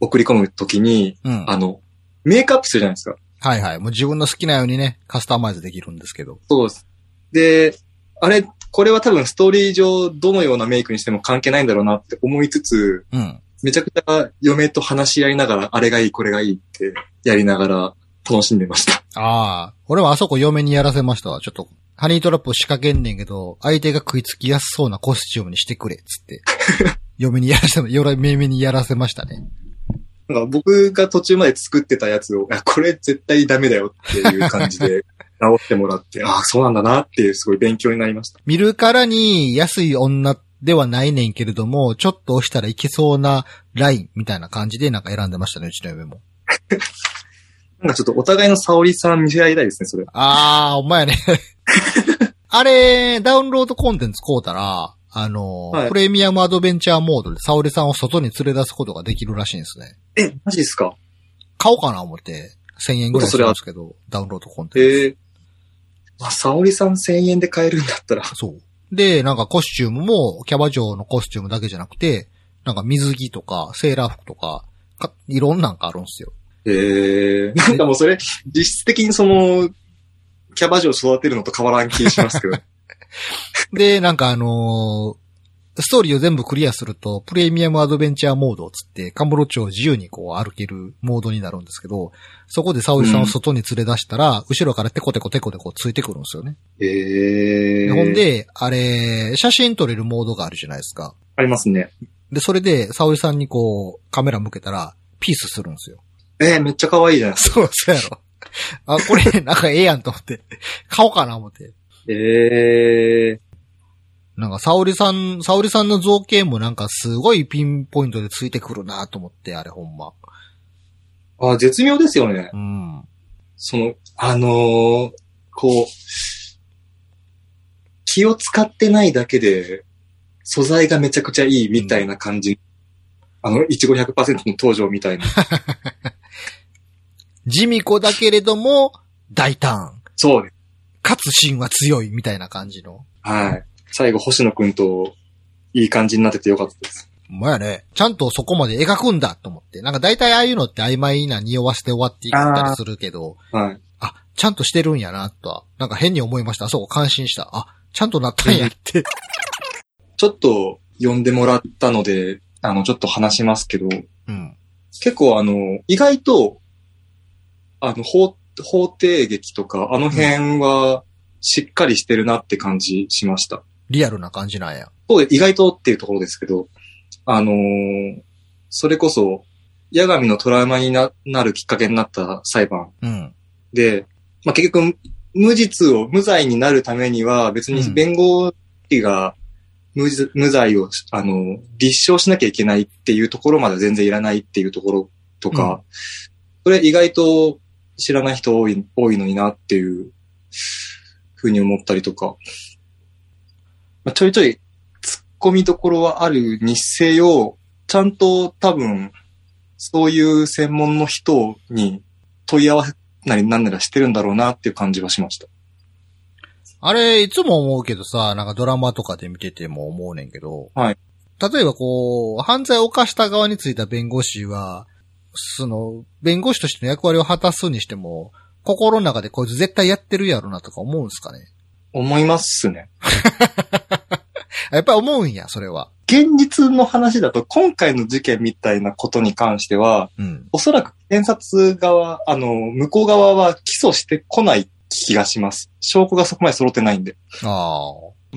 Speaker 2: 送り込む時に、
Speaker 1: うん。
Speaker 2: あの、メイクアップするじゃないですか。
Speaker 1: はいはい。もう自分の好きなようにね、カスタマイズできるんですけど。
Speaker 2: そうです。で、あれ、これは多分ストーリー上どのようなメイクにしても関係ないんだろうなって思いつつ、
Speaker 1: うん。
Speaker 2: めちゃくちゃ嫁と話し合いながら、あれがいい、これがいいってやりながら楽しんでました。
Speaker 1: ああ、俺はあそこ嫁にやらせましたわ。ちょっと、ハニートラップを仕掛けんねんけど、相手が食いつきやすそうなコスチュームにしてくれ、つ って。嫁にやらせ、嫁にやらせましたね。
Speaker 2: なんか僕が途中まで作ってたやつを、あこれ絶対ダメだよっていう感じで直ってもらって、ああ、そうなんだなっていうすごい勉強になりました。
Speaker 1: 見るからに安い女ではないねんけれども、ちょっと押したらいけそうなラインみたいな感じでなんか選んでましたね、うちの嫁も。
Speaker 2: なんかちょっとお互いの沙織さん見せ合いたいですね、それ。
Speaker 1: ああ、お 前ね。あれ、ダウンロードコンテンツ買うたら、あの、
Speaker 2: はい
Speaker 1: プレミアムアドベンチャーモードで沙織さんを外に連れ出すことができるらしいんですね。
Speaker 2: え、マジですか
Speaker 1: 買おうかな思って、1000円ぐらいするんですけど、ダウンロードコンテンツ。
Speaker 2: ええあ、沙織さん1000円で買えるんだったら。
Speaker 1: そう。で、なんかコスチュームも、キャバ嬢のコスチュームだけじゃなくて、なんか水着とか、セーラー服とか、かいろんなんかあるんですよ。
Speaker 2: ええなんかもうそれ、実質的にその、キャバ嬢育てるのと変わらん気しますけど。
Speaker 1: で、なんかあのーストーリーを全部クリアすると、プレミアムアドベンチャーモードっつって、カンボロ町を自由にこう歩けるモードになるんですけど、そこで沙織さんを外に連れ出したら、後ろからテコテコテコテコついてくるんですよね。
Speaker 2: ええ
Speaker 1: でほんで、あれ、写真撮れるモードがあるじゃないですか。
Speaker 2: ありますね。
Speaker 1: で、それで、沙織さんにこう、カメラ向けたら、ピースするんですよ。
Speaker 2: えーめっちゃ可愛いじゃないですか。
Speaker 1: そう、そうやろ。あ、これ、 なんかええやんと思って、買おうかな思って。
Speaker 2: ええ
Speaker 1: なんか、沙織さん、沙織さんの造形もなんかすごいピンポイントでついてくるなと思って、あれほんま。
Speaker 2: あ、絶妙ですよね。
Speaker 1: うん。
Speaker 2: その、あのーこう、気を使ってないだけで、素材がめちゃくちゃいいみたいな感じ。あの、いちご100%の登場みたいな。
Speaker 1: 地味子だけれども、大胆。
Speaker 2: そうね。
Speaker 1: かつ芯は強い、みたいな感じの。
Speaker 2: はい。最後、星野くんと、いい感じになっててよかったです。
Speaker 1: ほんまやね。ちゃんとそこまで描くんだと思って。なんか大体ああいうのって曖昧な匂わせて終わっていったりするけど、
Speaker 2: はい。
Speaker 1: あ、ちゃんとしてるんやな、とは。なんか変に思いました。あそこ感心した。あ、ちゃんとなったんやって。
Speaker 2: ちょっと、呼んでもらったので、あの、ちょっと話しますけど、
Speaker 1: うん。
Speaker 2: 結構あの、意外と、あの、法、法廷劇とか、あの辺は、しっかりしてるなって感じしました。
Speaker 1: リアルな感じなんや。
Speaker 2: そうで、意外とっていうところですけど、あのーそれこそ、八神のトラウマにななるきっかけになった裁判
Speaker 1: うん。
Speaker 2: で、まあ、結局、無実を、無罪になるためには、別
Speaker 1: う
Speaker 2: に
Speaker 1: ん
Speaker 2: 弁護士が無実、無罪を、あのー、立証しなきゃいけないっていうところまで全然いらないっていうところとか、それ意外と知らない人多い、多いのになっていうふうに思ったりとか、まあ、ちょいちょい突っ込みどころはあるにせよ、ちゃんと多分、そういう専門の人に問い合わせなりなんなりしてるんだろうなっていう感じはしました。
Speaker 1: あれ、いつも思うけどさ、なんかドラマとかで見てても思うねんけど。
Speaker 2: はい。
Speaker 1: 例えばこう、犯罪を犯した側についた弁護士は、その、弁護士としての役割を果たすにしても、心の中でこいつ絶対やってるやろなとか思うんすかね。
Speaker 2: 思いますね。
Speaker 1: あやっぱり思うんや、それは。
Speaker 2: 現実の話だと、今回の事件みたいなことに関しては、
Speaker 1: うん。
Speaker 2: おそらく検察側、あの、向こう側は起訴してこない気がします。証拠がそこまで揃ってないんで。
Speaker 1: ああ。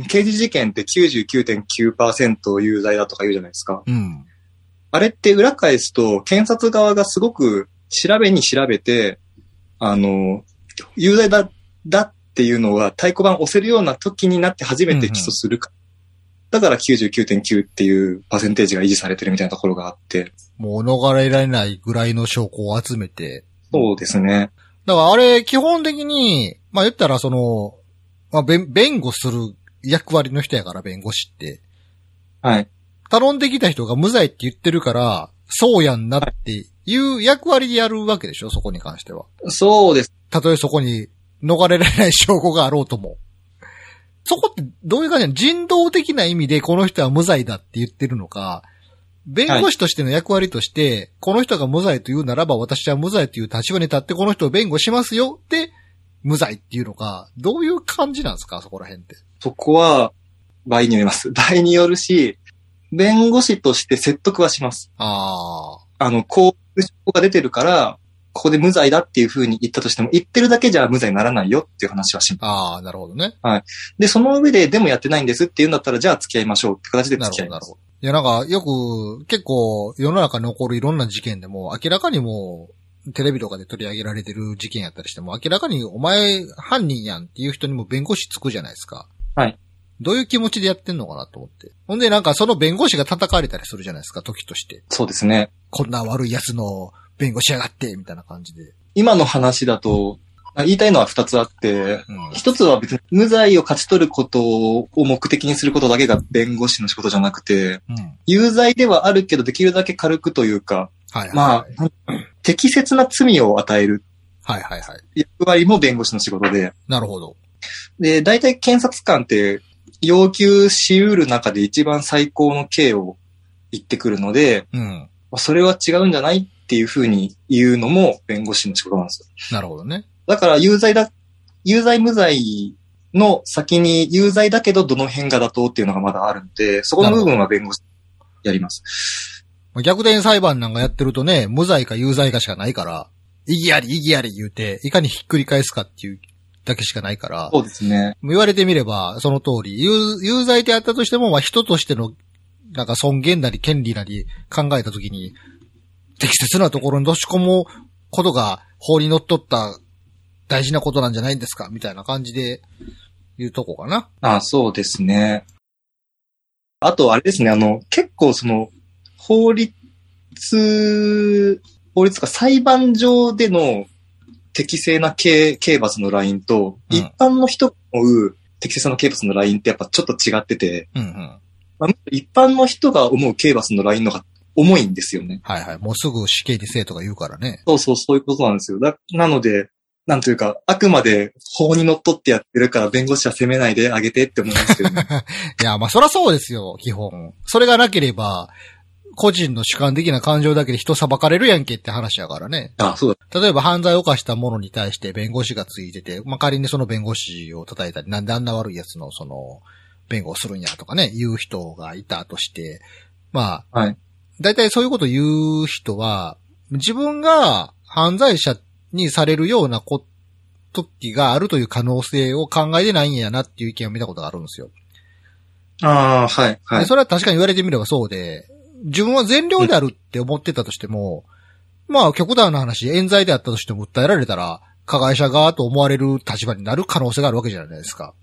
Speaker 2: 刑事事件って99.9%有罪だとか言うじゃないですか。
Speaker 1: うん。
Speaker 2: あれって裏返すと、検察側がすごく調べに調べて、あの、有罪だ、だっていうのが太鼓判押せるような時になって初めて起訴するか。だから99.9っていうパーセンテージが維持されてるみたいなところがあって。
Speaker 1: もう逃れられないぐらいの証拠を集めて、
Speaker 2: そうですね。
Speaker 1: だからあれ、基本的に、まあ言ったらその、まあ弁、弁護する役割の人やから、弁護士って。
Speaker 2: はい。
Speaker 1: 頼んできた人が無罪って言ってるから、そうやんなっていう役割でやるわけでしょ、そこに関しては。
Speaker 2: そうです。
Speaker 1: たとえそこに逃れられない証拠があろうとも。そこってどういう感じなの人道的な意味でこの人は無罪だって言ってるのか、弁護士としての役割として、この人が無罪と言うならば私は無罪という立場に立ってこの人を弁護しますよって、無罪っていうのか、どういう感じなんですかそこら辺って。
Speaker 2: そこは、場合によります。場合によるし、弁護士として説得はします。
Speaker 1: ああ。
Speaker 2: あの、こういう証拠が出てるから、ここで無罪だっていうふうに言ったとしても、言ってるだけじゃ無罪にならないよっていう話はしま
Speaker 1: ああ、なるほどね。
Speaker 2: す。で、その上で、でもやってないんですって言うんだったら、じゃあ付き合いましょうって形で
Speaker 1: な
Speaker 2: 付
Speaker 1: る
Speaker 2: き
Speaker 1: ほど、な
Speaker 2: 合いま
Speaker 1: る
Speaker 2: す
Speaker 1: ほ。ど。いや、なんか、よく、結構、世の中に起こるいろんな事件でも、明らかにもう、テレビとかで取り上げられてる事件やったりしても、明らかにお前犯人やんっていう人にも弁護士つくじゃないですか。
Speaker 2: はい。
Speaker 1: どういう気持ちでやってんのかなと思って。ほんで、なんかその弁護士が叩かれたりするじゃないですか、時として。
Speaker 2: そうですね。
Speaker 1: こんな悪い奴の弁護士やがって、みたいな感じで。
Speaker 2: 今の話だと、あ言いたいのは二つあって、
Speaker 1: うん。
Speaker 2: 一つは別に無罪を勝ち取ることを目的にすることだけが弁護士の仕事じゃなくて、
Speaker 1: うん。
Speaker 2: 有罪ではあるけどできるだけ軽くというか、
Speaker 1: はい、はい。
Speaker 2: まあ、適切な罪を与える
Speaker 1: はいはいはい。
Speaker 2: 役割も弁護士の仕事で、
Speaker 1: なるほど。
Speaker 2: で、大体検察官って要求し得る中で一番最高の刑を言ってくるので、
Speaker 1: うん。
Speaker 2: まあそれは違うんじゃないっていうふうに言うのも弁護士の仕事なんですよ。
Speaker 1: なるほどね。
Speaker 2: だから有罪だ、有罪無罪の先に有罪だけどどの辺が妥当っていうのがまだあるんで、そこの部分は弁護士やります。
Speaker 1: まあ逆転裁判なんかやってるとね、無罪か有罪かしかないから、意義あり、意義あり言うて、いかにひっくり返すかっていうだけしかないから、
Speaker 2: そうですね。
Speaker 1: 言われてみれば、その通り、有有罪であったとしても、まあ人としての、なんか尊厳なり権利なり考えたときに、適切なところにどし込むことが法に則っとった大事なことなんじゃないんですかみたいな感じで言うとこかな。
Speaker 2: あそうですね。あと、あれですね、あの、結構その、法律、法律か裁判上での適正な刑刑罰のラインと、
Speaker 1: うん
Speaker 2: 一般の人が思う適切な刑罰のラインってやっぱちょっと違ってて、
Speaker 1: うんうん。
Speaker 2: まあ、一般の人が思う刑罰のラインの方が重いんですよね。
Speaker 1: はいはい。もうすぐ死刑にせえとか言うからね。
Speaker 2: そうそう、そういうことなんですよ。だなので、なんというか、あくまで法に則っってやってるから弁護士は責めないであげてって思いますけどね。
Speaker 1: いや、まあそらそうですよ、基本。それがなければ、個人の主観的な感情だけで人裁かれるやんけって話やからね。
Speaker 2: あ、そうだ。
Speaker 1: 例えば犯罪を犯した者に対して弁護士がついてて、まあ、仮にその弁護士を叩いたり、なんであんな悪い奴のその、弁護をするんやとかね、言う人がいたとして、まあ、
Speaker 2: はい
Speaker 1: 大体そういうこと言う人は、自分が犯罪者にされるようなこ時があるという可能性を考えてないんやなっていう意見を見たことがあるんですよ。
Speaker 2: ああ、はい、は
Speaker 1: でそれは確かに言われてみればそうで、自分は善良であるって思ってたとしても、まあ極端な話、冤罪であったとしても訴えられたら、加害者側と思われる立場になる可能性があるわけじゃないですか。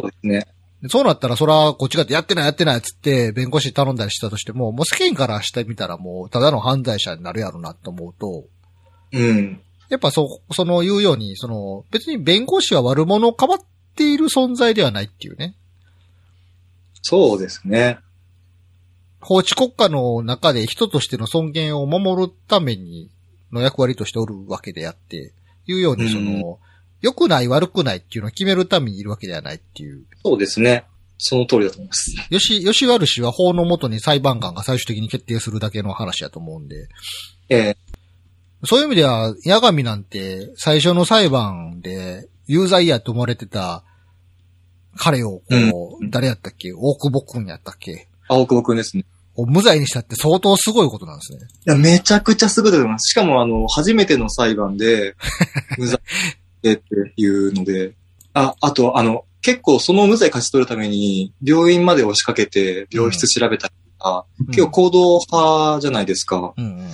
Speaker 2: そうですね。
Speaker 1: でそうなったら、そら、こっちがやってないやってないっつって、弁護士頼んだりしたとしても、もう世間からしてみたらもう、ただの犯罪者になるやろなと思うと、
Speaker 2: うん。
Speaker 1: やっぱそ、その言うように、その、別に弁護士は悪者をかばっっている存在ではないっていうね。
Speaker 2: そうですね。
Speaker 1: 法治国家の中で人としての尊厳を守るためにの役割としておるわけであって、いうよう
Speaker 2: う
Speaker 1: に
Speaker 2: ん
Speaker 1: その、良くない悪くないっていうのを決めるためにいるわけではないっていう。
Speaker 2: そうですね。その通りだと思います。
Speaker 1: よし、よし悪しは法のもとに裁判官が最終的に決定するだけの話やと思うんで。
Speaker 2: ええ
Speaker 1: そういう意味では、八神なんて最初の裁判で有罪やと思われてた彼をこう、
Speaker 2: うん
Speaker 1: 誰やったっけ大久保くんやったっけ
Speaker 2: 青久保くんですね。
Speaker 1: を無罪にしたって相当すごいことなんですね。
Speaker 2: いや、めちゃくちゃすごいと思います。しかも、あの、初めての裁判 で、無罪でっていうので、あ、あと、あの、結構その無罪勝ち取るために、病院まで押しかけて、病室調べたりとか、結構行動派じゃないですか。
Speaker 1: うん、うんうん。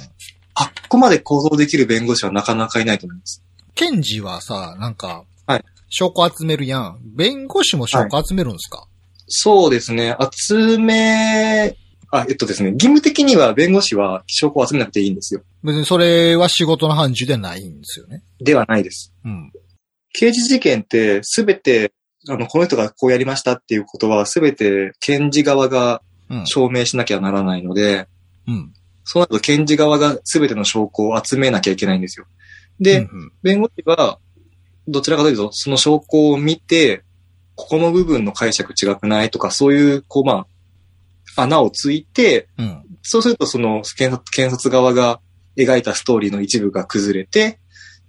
Speaker 2: あっこまで行動できる弁護士はなかなかいないと思います。
Speaker 1: ケンジはさ、なんか、
Speaker 2: はい
Speaker 1: 証拠集めるやん。弁護士も証拠集めるんですか、
Speaker 2: そうですね。集め、あ、えっとですね、義務的には弁護士は証拠を集めなくていいんですよ。
Speaker 1: 別にそれは仕事の範疇ではないんですよね。
Speaker 2: ではないです。
Speaker 1: うん。
Speaker 2: 刑事事件ってすべて、あの、この人がこうやりましたっていうことはすべて検事側が
Speaker 1: うん。
Speaker 2: 証明しなきゃならないので、
Speaker 1: うん。
Speaker 2: そうなると検事側がすべての証拠を集めなきゃいけないんですよ。で、
Speaker 1: うん
Speaker 2: 弁護士は、どちらかというと、その証拠を見て、ここの部分の解釈違くないとか、そういう、こう、まあ、穴をついて、
Speaker 1: うん。うん。
Speaker 2: そうすると、その検察、検察側が描いたストーリーの一部が崩れて、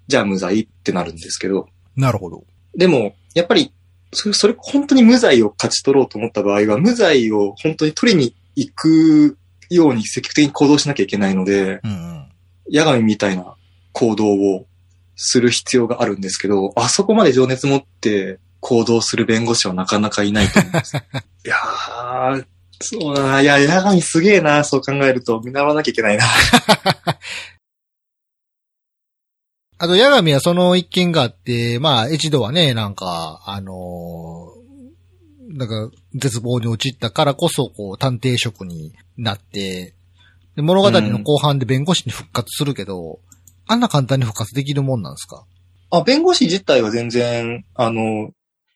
Speaker 2: じゃあ無罪ってなるんですけど、
Speaker 1: なるほど。
Speaker 2: でも、やっぱり、それ、それ、本当に無罪を勝ち取ろうと思った場合は、無罪を本当に取りに行くように積極的に行動しなきゃいけないので、
Speaker 1: うんうん。
Speaker 2: ヤガミみたいな行動をする必要があるんですけど、あそこまで情熱持って行動する弁護士はなかなかいないと思います。いやー、そうだな。いや、ヤガミすげえな。そう考えると見習わなきゃいけないな。
Speaker 1: あと、ヤガミはその一件があって、まあ、一度はね、なんか、あのーなんか、絶望に陥ったからこそ、こう、探偵職になって、で物語の後半で弁護士に復活するけど、あんな簡単に復活できるもんなんですか
Speaker 2: あ、弁護士自体は全然、あの、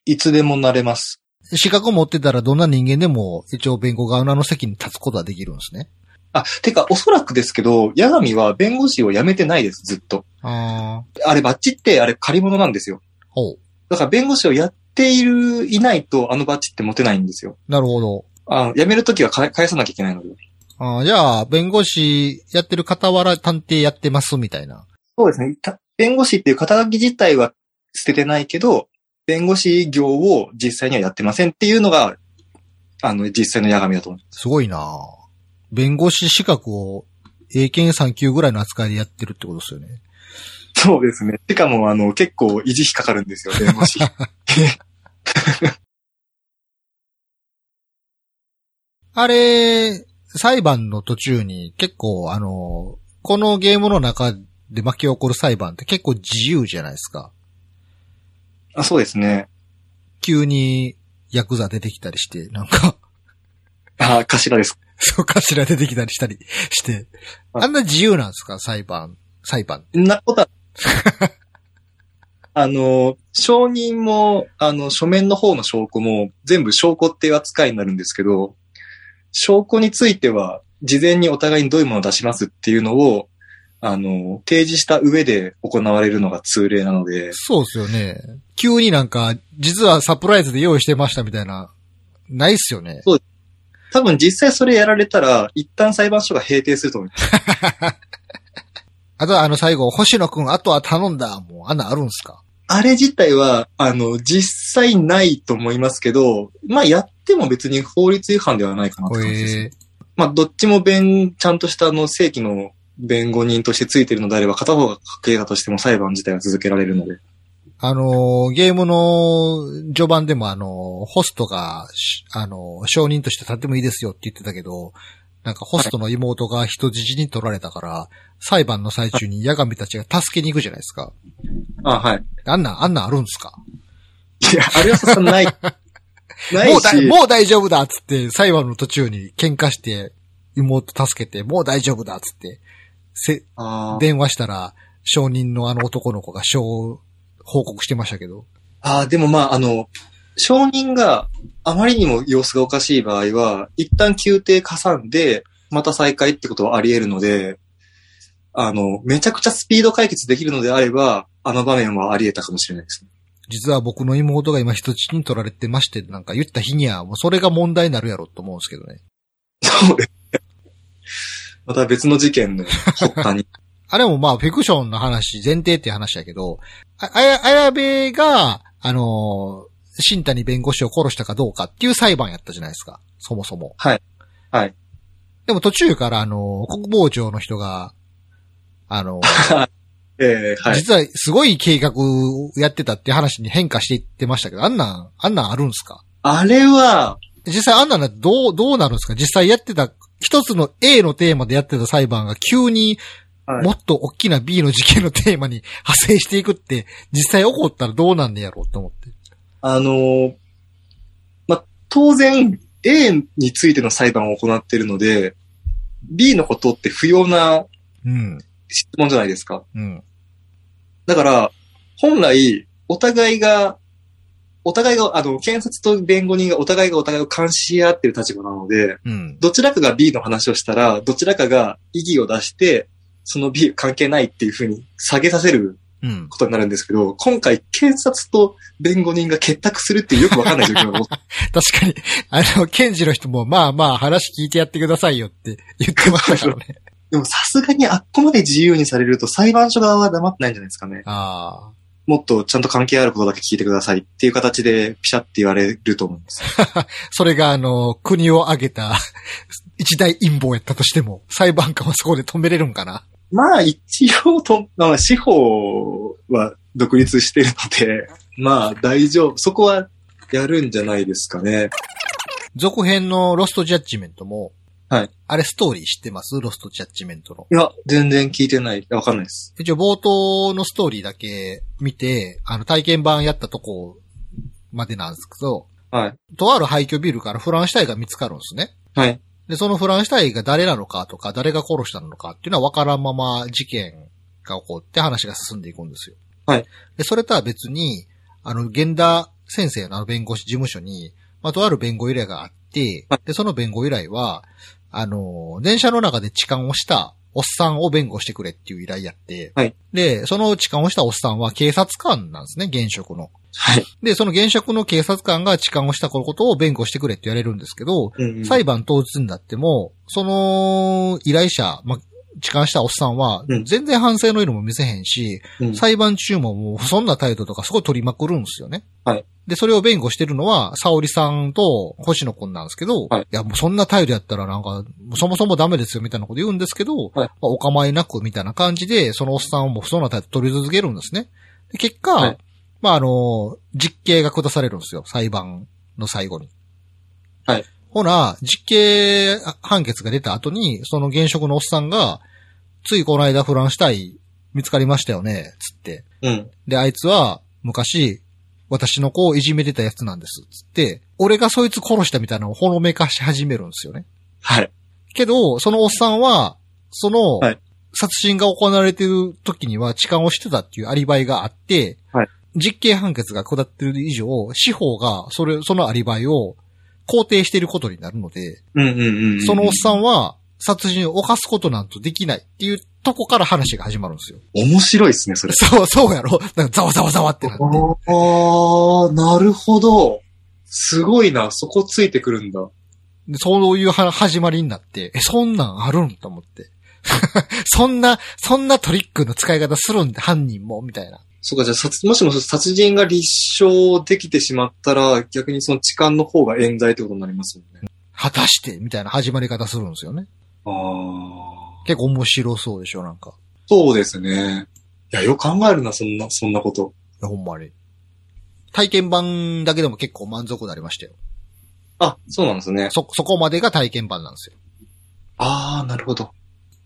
Speaker 2: いつでもなれます。
Speaker 1: 資格を持ってたらどんな人間でも一応弁護側の席に立つことはできるんですね。
Speaker 2: あ、てか、おそらくですけど、ヤガミは弁護士を辞めてないです、ずっと。
Speaker 1: ああ。
Speaker 2: あれ、バッチって、あれ、借り物なんですよ。
Speaker 1: ほう。
Speaker 2: だから、弁護士をやっている、いないと、あのバッチって持てないんですよ。
Speaker 1: なるほど。
Speaker 2: あ辞めるときはか返さなきゃいけないので。
Speaker 1: あーじゃあ、弁護士やってる傍ら探偵やってますみたいな。
Speaker 2: そうですね。た弁護士っていう肩書き自体は捨ててないけど、弁護士業を実際にはやってませんっていうのが、あの、実際の矢神だと思う。
Speaker 1: すごいなあ弁護士資格を英検3級ぐらいの扱いでやってるってことですよね。
Speaker 2: そうですね。しかも、あの、結構維持費かかるんですよ、弁護士。
Speaker 1: あれ、裁判の途中に結構あの、このゲームの中で巻き起こる裁判って結構自由じゃないですか。
Speaker 2: あそうですね。
Speaker 1: 急にヤクザ出てきたりして、なんか
Speaker 2: あ頭です。
Speaker 1: そう、頭出てきたりしたりして。
Speaker 2: はい
Speaker 1: あんな自由なんですか裁判、裁判。
Speaker 2: んなことは、あの、証人も、あの、書面の方の証拠も、全部証拠っていう扱いになるんですけど、証拠については、事前にお互いにどういうものを出しますっていうのを、あの、提示した上で行われるのが通例なので、
Speaker 1: そうですよね。急になんか、実はサプライズで用意してましたみたいな、ないっすよね。
Speaker 2: 多分実際それやられたら、一旦裁判所が閉廷すると思います。
Speaker 1: あとはあの最後、星野くん、あとは頼んだ。もう、あんなんあるんすか
Speaker 2: あれ自体は、あの、実際ないと思いますけど、まあ、やっても別に法律違反ではないかなって感じですね。
Speaker 1: へえ
Speaker 2: まあ、どっちも弁、ちゃんとしたあの、正規の弁護人としてついてるのであれば、片方が経営だとしても裁判自体は続けられるので。
Speaker 1: あのーゲームの序盤でもあのーホストがし、あのー証人として立ってもいいですよって言ってたけど、なんかホストの妹が人質に取られたから、裁判の最中にヤガミたちが助けに行くじゃないですか。
Speaker 2: あ、はい。
Speaker 1: あんなん、あんなんあるんですか
Speaker 2: いや、あれはさすがに ない。ないし。
Speaker 1: もうだ、もう大丈夫だっつって、裁判の途中に喧嘩して、妹助けて、もう大丈夫だっつって、せ、
Speaker 2: あー
Speaker 1: 電話したら、証人のあの男の子が証、報告してましたけど。
Speaker 2: ああ、でもまあ、あの、証人があまりにも様子がおかしい場合は、一旦休廷挟んで、また再開ってことはあり得るので、あの、めちゃくちゃスピード解決できるのであれば、あの場面はあり得たかもしれないですね。
Speaker 1: 実は僕の妹が今人質に取られてまして、なんか言った日には、もうそれが問題になるやろと思うんですけどね。
Speaker 2: そうですね。また別の事件の発端に。
Speaker 1: あれもまあ、フィクションの話、前提っていう話やけど、あ、あや、あやべが、あのー新谷弁護士を殺したかどうかっていう裁判やったじゃないですか。そもそも。
Speaker 2: はい。はい。
Speaker 1: でも途中から、あのー国防庁の人が、あのー
Speaker 2: ええはい。
Speaker 1: 実はすごい計画をやってたっていう話に変化していってましたけど、あんなん、あんなんあるんすか
Speaker 2: あれは、
Speaker 1: 実際あんなんだとどう、どうなるんですか実際やってた、一つの A のテーマでやってた裁判が急に、
Speaker 2: はい
Speaker 1: もっと大きな B の事件のテーマに 派生していくって、実際起こったらどうなんねやろうと思って。
Speaker 2: あのーまあ、当然、A についての裁判を行っているので、B のことって不要な
Speaker 1: うん。
Speaker 2: 質問じゃないですか。
Speaker 1: うん。
Speaker 2: だから、本来、お互いが、お互いが、あの、検察と弁護人がお互いがお互いを監視し合ってる立場なので、
Speaker 1: うん。
Speaker 2: どちらかが B の話をしたら、どちらかが異議を出して、その B 関係ないっていうふうに下げさせる
Speaker 1: うん。
Speaker 2: ことになるんですけど、今回、検察と弁護人が結託するっていうよくわかんない状況が起こって
Speaker 1: 確かに、あの、検事の人も、まあまあ話聞いてやってくださいよって 言ってましたからね。
Speaker 2: でもさすがにあっこまで自由にされると裁判所側は黙ってないんじゃないですかね。
Speaker 1: ああ。
Speaker 2: もっとちゃんと関係あることだけ聞いてくださいっていう形でピシャって言われると思うんです。
Speaker 1: それが、あの、国を挙げた一大陰謀やったとしても、裁判官はそこで止めれるんかな。
Speaker 2: まあ一応と、まあ司法は独立してるので、 まあ大丈夫。そこはやるんじゃないですかね。
Speaker 1: 続編のロストジャッジメントも、
Speaker 2: はい。
Speaker 1: あれストーリー知ってますロストジャッジメントの。
Speaker 2: いや、全然聞いてない。いやわかんないです。
Speaker 1: 一応冒頭のストーリーだけ見て、あの体験版やったとこまでなんですけど、
Speaker 2: はい。
Speaker 1: とある廃墟ビルからフランシュタインが見つかるんですね。
Speaker 2: はい。
Speaker 1: で、そのフランシュタインが誰なのかとか、誰が殺したのかっていうのは分からんまま事件が起こって話が進んでいくんですよ。
Speaker 2: はい。
Speaker 1: で、それとは別に、あの、源田先生のあの弁護士事務所に、まあ、とある弁護依頼があって
Speaker 2: は、
Speaker 1: で、その弁護依頼は、あの、電車の中で痴漢をしたおっさんを弁護してくれっていう依頼やって、
Speaker 2: はい。
Speaker 1: で、その痴漢をしたおっさんは警察官なんですね、現職の。
Speaker 2: はい。
Speaker 1: で、その現職の警察官が痴漢をしたことを弁護してくれって言われるんですけど、
Speaker 2: うんうん
Speaker 1: 裁判当日になっても、その依頼者、まあ、痴漢したおっさんは
Speaker 2: う、ん
Speaker 1: 全然反省の色も見せへんし、
Speaker 2: うん
Speaker 1: 裁判中ももうそんな態度とかすごい取りまくるんですよね。
Speaker 2: はい
Speaker 1: で、それを弁護してるのは、沙織さんと星野くんなんですけど、
Speaker 2: はい
Speaker 1: いや、もうそんな態度やったらなんか、そもそもダメですよみたいなこと言うんですけど、
Speaker 2: はい
Speaker 1: まあお構いなくみたいな感じで、そのおっさんをもうそんな態度取り続けるんですね。で結果、
Speaker 2: はい
Speaker 1: まあ、あの、実刑が下されるんですよ、裁判の最後に。
Speaker 2: はい。
Speaker 1: ほら、実刑判決が出た後に、その現職のおっさんが、ついこの間フランシュタイン見つかりましたよね、つって。
Speaker 2: うん。
Speaker 1: で、あいつは昔、私の子をいじめてたやつなんです、つって、俺がそいつ殺したみたいなのをほのめかし始めるんですよね。
Speaker 2: はい。
Speaker 1: けど、そのおっさんは、その
Speaker 2: はい、
Speaker 1: 殺人が行われてる時には痴漢をしてたっていうアリバイがあって、
Speaker 2: はい
Speaker 1: 実刑判決が下ってる以上、司法がそれ、そのアリバイを肯定していることになるので、
Speaker 2: うんうんうんうん。
Speaker 1: そのおっさ
Speaker 2: ん。
Speaker 1: んは殺人を犯すことなんとできないっていうとこから話が始まるんですよ。
Speaker 2: 面白いですね、そ れ。
Speaker 1: そう、そうやろなんかざわざわざわってなって。
Speaker 2: ああ、なるほど。すごいな、そこついてくるんだ。
Speaker 1: でそういうは始まりになって、え、そんなんあるんと思って。 そんな、そんなトリックの使い方するんで、犯人も、みたいな。
Speaker 2: そうか、じゃあ、殺もしも殺人が立証できてしまったら、逆にその痴漢の方が冤罪ってことになりますもんね。
Speaker 1: 果たして、みたいな始まり方するんですよね。
Speaker 2: ああ。
Speaker 1: 結構面白そうでしょ、なんか。
Speaker 2: そうですね。いや、よく考えるな、そんな、そんなこと。
Speaker 1: いや、ほんまに。体験版だけでも結構満足になりましたよ。
Speaker 2: あ、そうなんですね。
Speaker 1: そ、そこまでが体験版なんですよ。
Speaker 2: ああ、なるほど。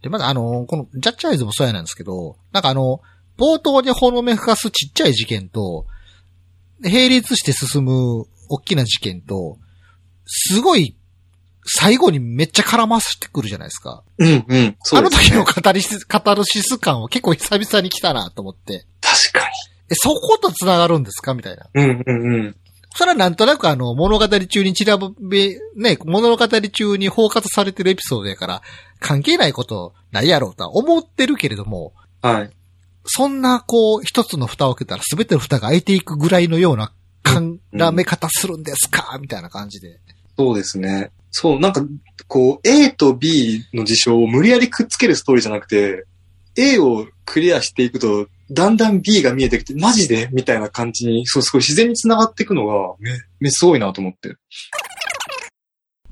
Speaker 1: で、まだあの、この、ジャッジアイズもそうやなんですけど、なんかあの、冒頭でほのめふかすちっちゃい事件と、並列して進む大きな事件と、すごい、最後にめっちゃ絡ませてくるじゃないですか。
Speaker 2: うん、うん。そ
Speaker 1: あ
Speaker 2: う
Speaker 1: の
Speaker 2: です
Speaker 1: 時
Speaker 2: ね。
Speaker 1: のカタリシス、カタルシス感は結構久々に来たなと思って。
Speaker 2: 確かに。
Speaker 1: え、そこと繋がるんですかみたいな。
Speaker 2: うんうんうん。
Speaker 1: それはなんとなくあの、物語中に散らべ、ね、物語中に包括されてるエピソードやから、関係ないことないやろうとは思ってるけれども、
Speaker 2: はい。
Speaker 1: そんなこう、一つの蓋を開けたら全ての蓋が開いていくぐらいのような絡め方するんですかみたいな感じで。
Speaker 2: そうですね。そう、なんか、こう、A と B の事象を無理やりくっつけるストーリーじゃなくて、A をクリアしていくと、だんだん B が見えてきて、マジでみたいな感じに、そう、すごい自然に繋がっていくのが、め、め、すごいなと思って。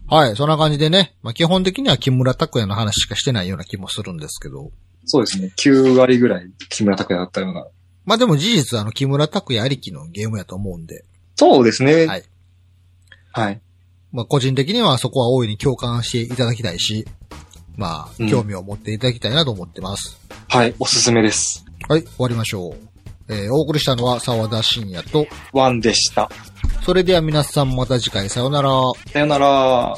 Speaker 1: はい、そんな感じでね。まあ、基本的には木村拓哉の話しかしてないような気もするんですけど。
Speaker 2: そうですね。9割ぐらい木村拓哉だったような。
Speaker 1: まあ、でも事実あの、木村拓哉ありきのゲームやと思うんで、
Speaker 2: そうですね。
Speaker 1: はい。
Speaker 2: はい。
Speaker 1: まあ、個人的にはそこは大いに共感していただきたいし、ま
Speaker 2: う
Speaker 1: あ、
Speaker 2: ん
Speaker 1: 興味を持っていただきたいなと思ってます。
Speaker 2: はい、おすすめです。
Speaker 1: はい、終わりましょう。えー、お送りしたのは沢田信也と、
Speaker 2: ワンでした。
Speaker 1: それでは皆さんまた次回さようなら。
Speaker 2: さよなら。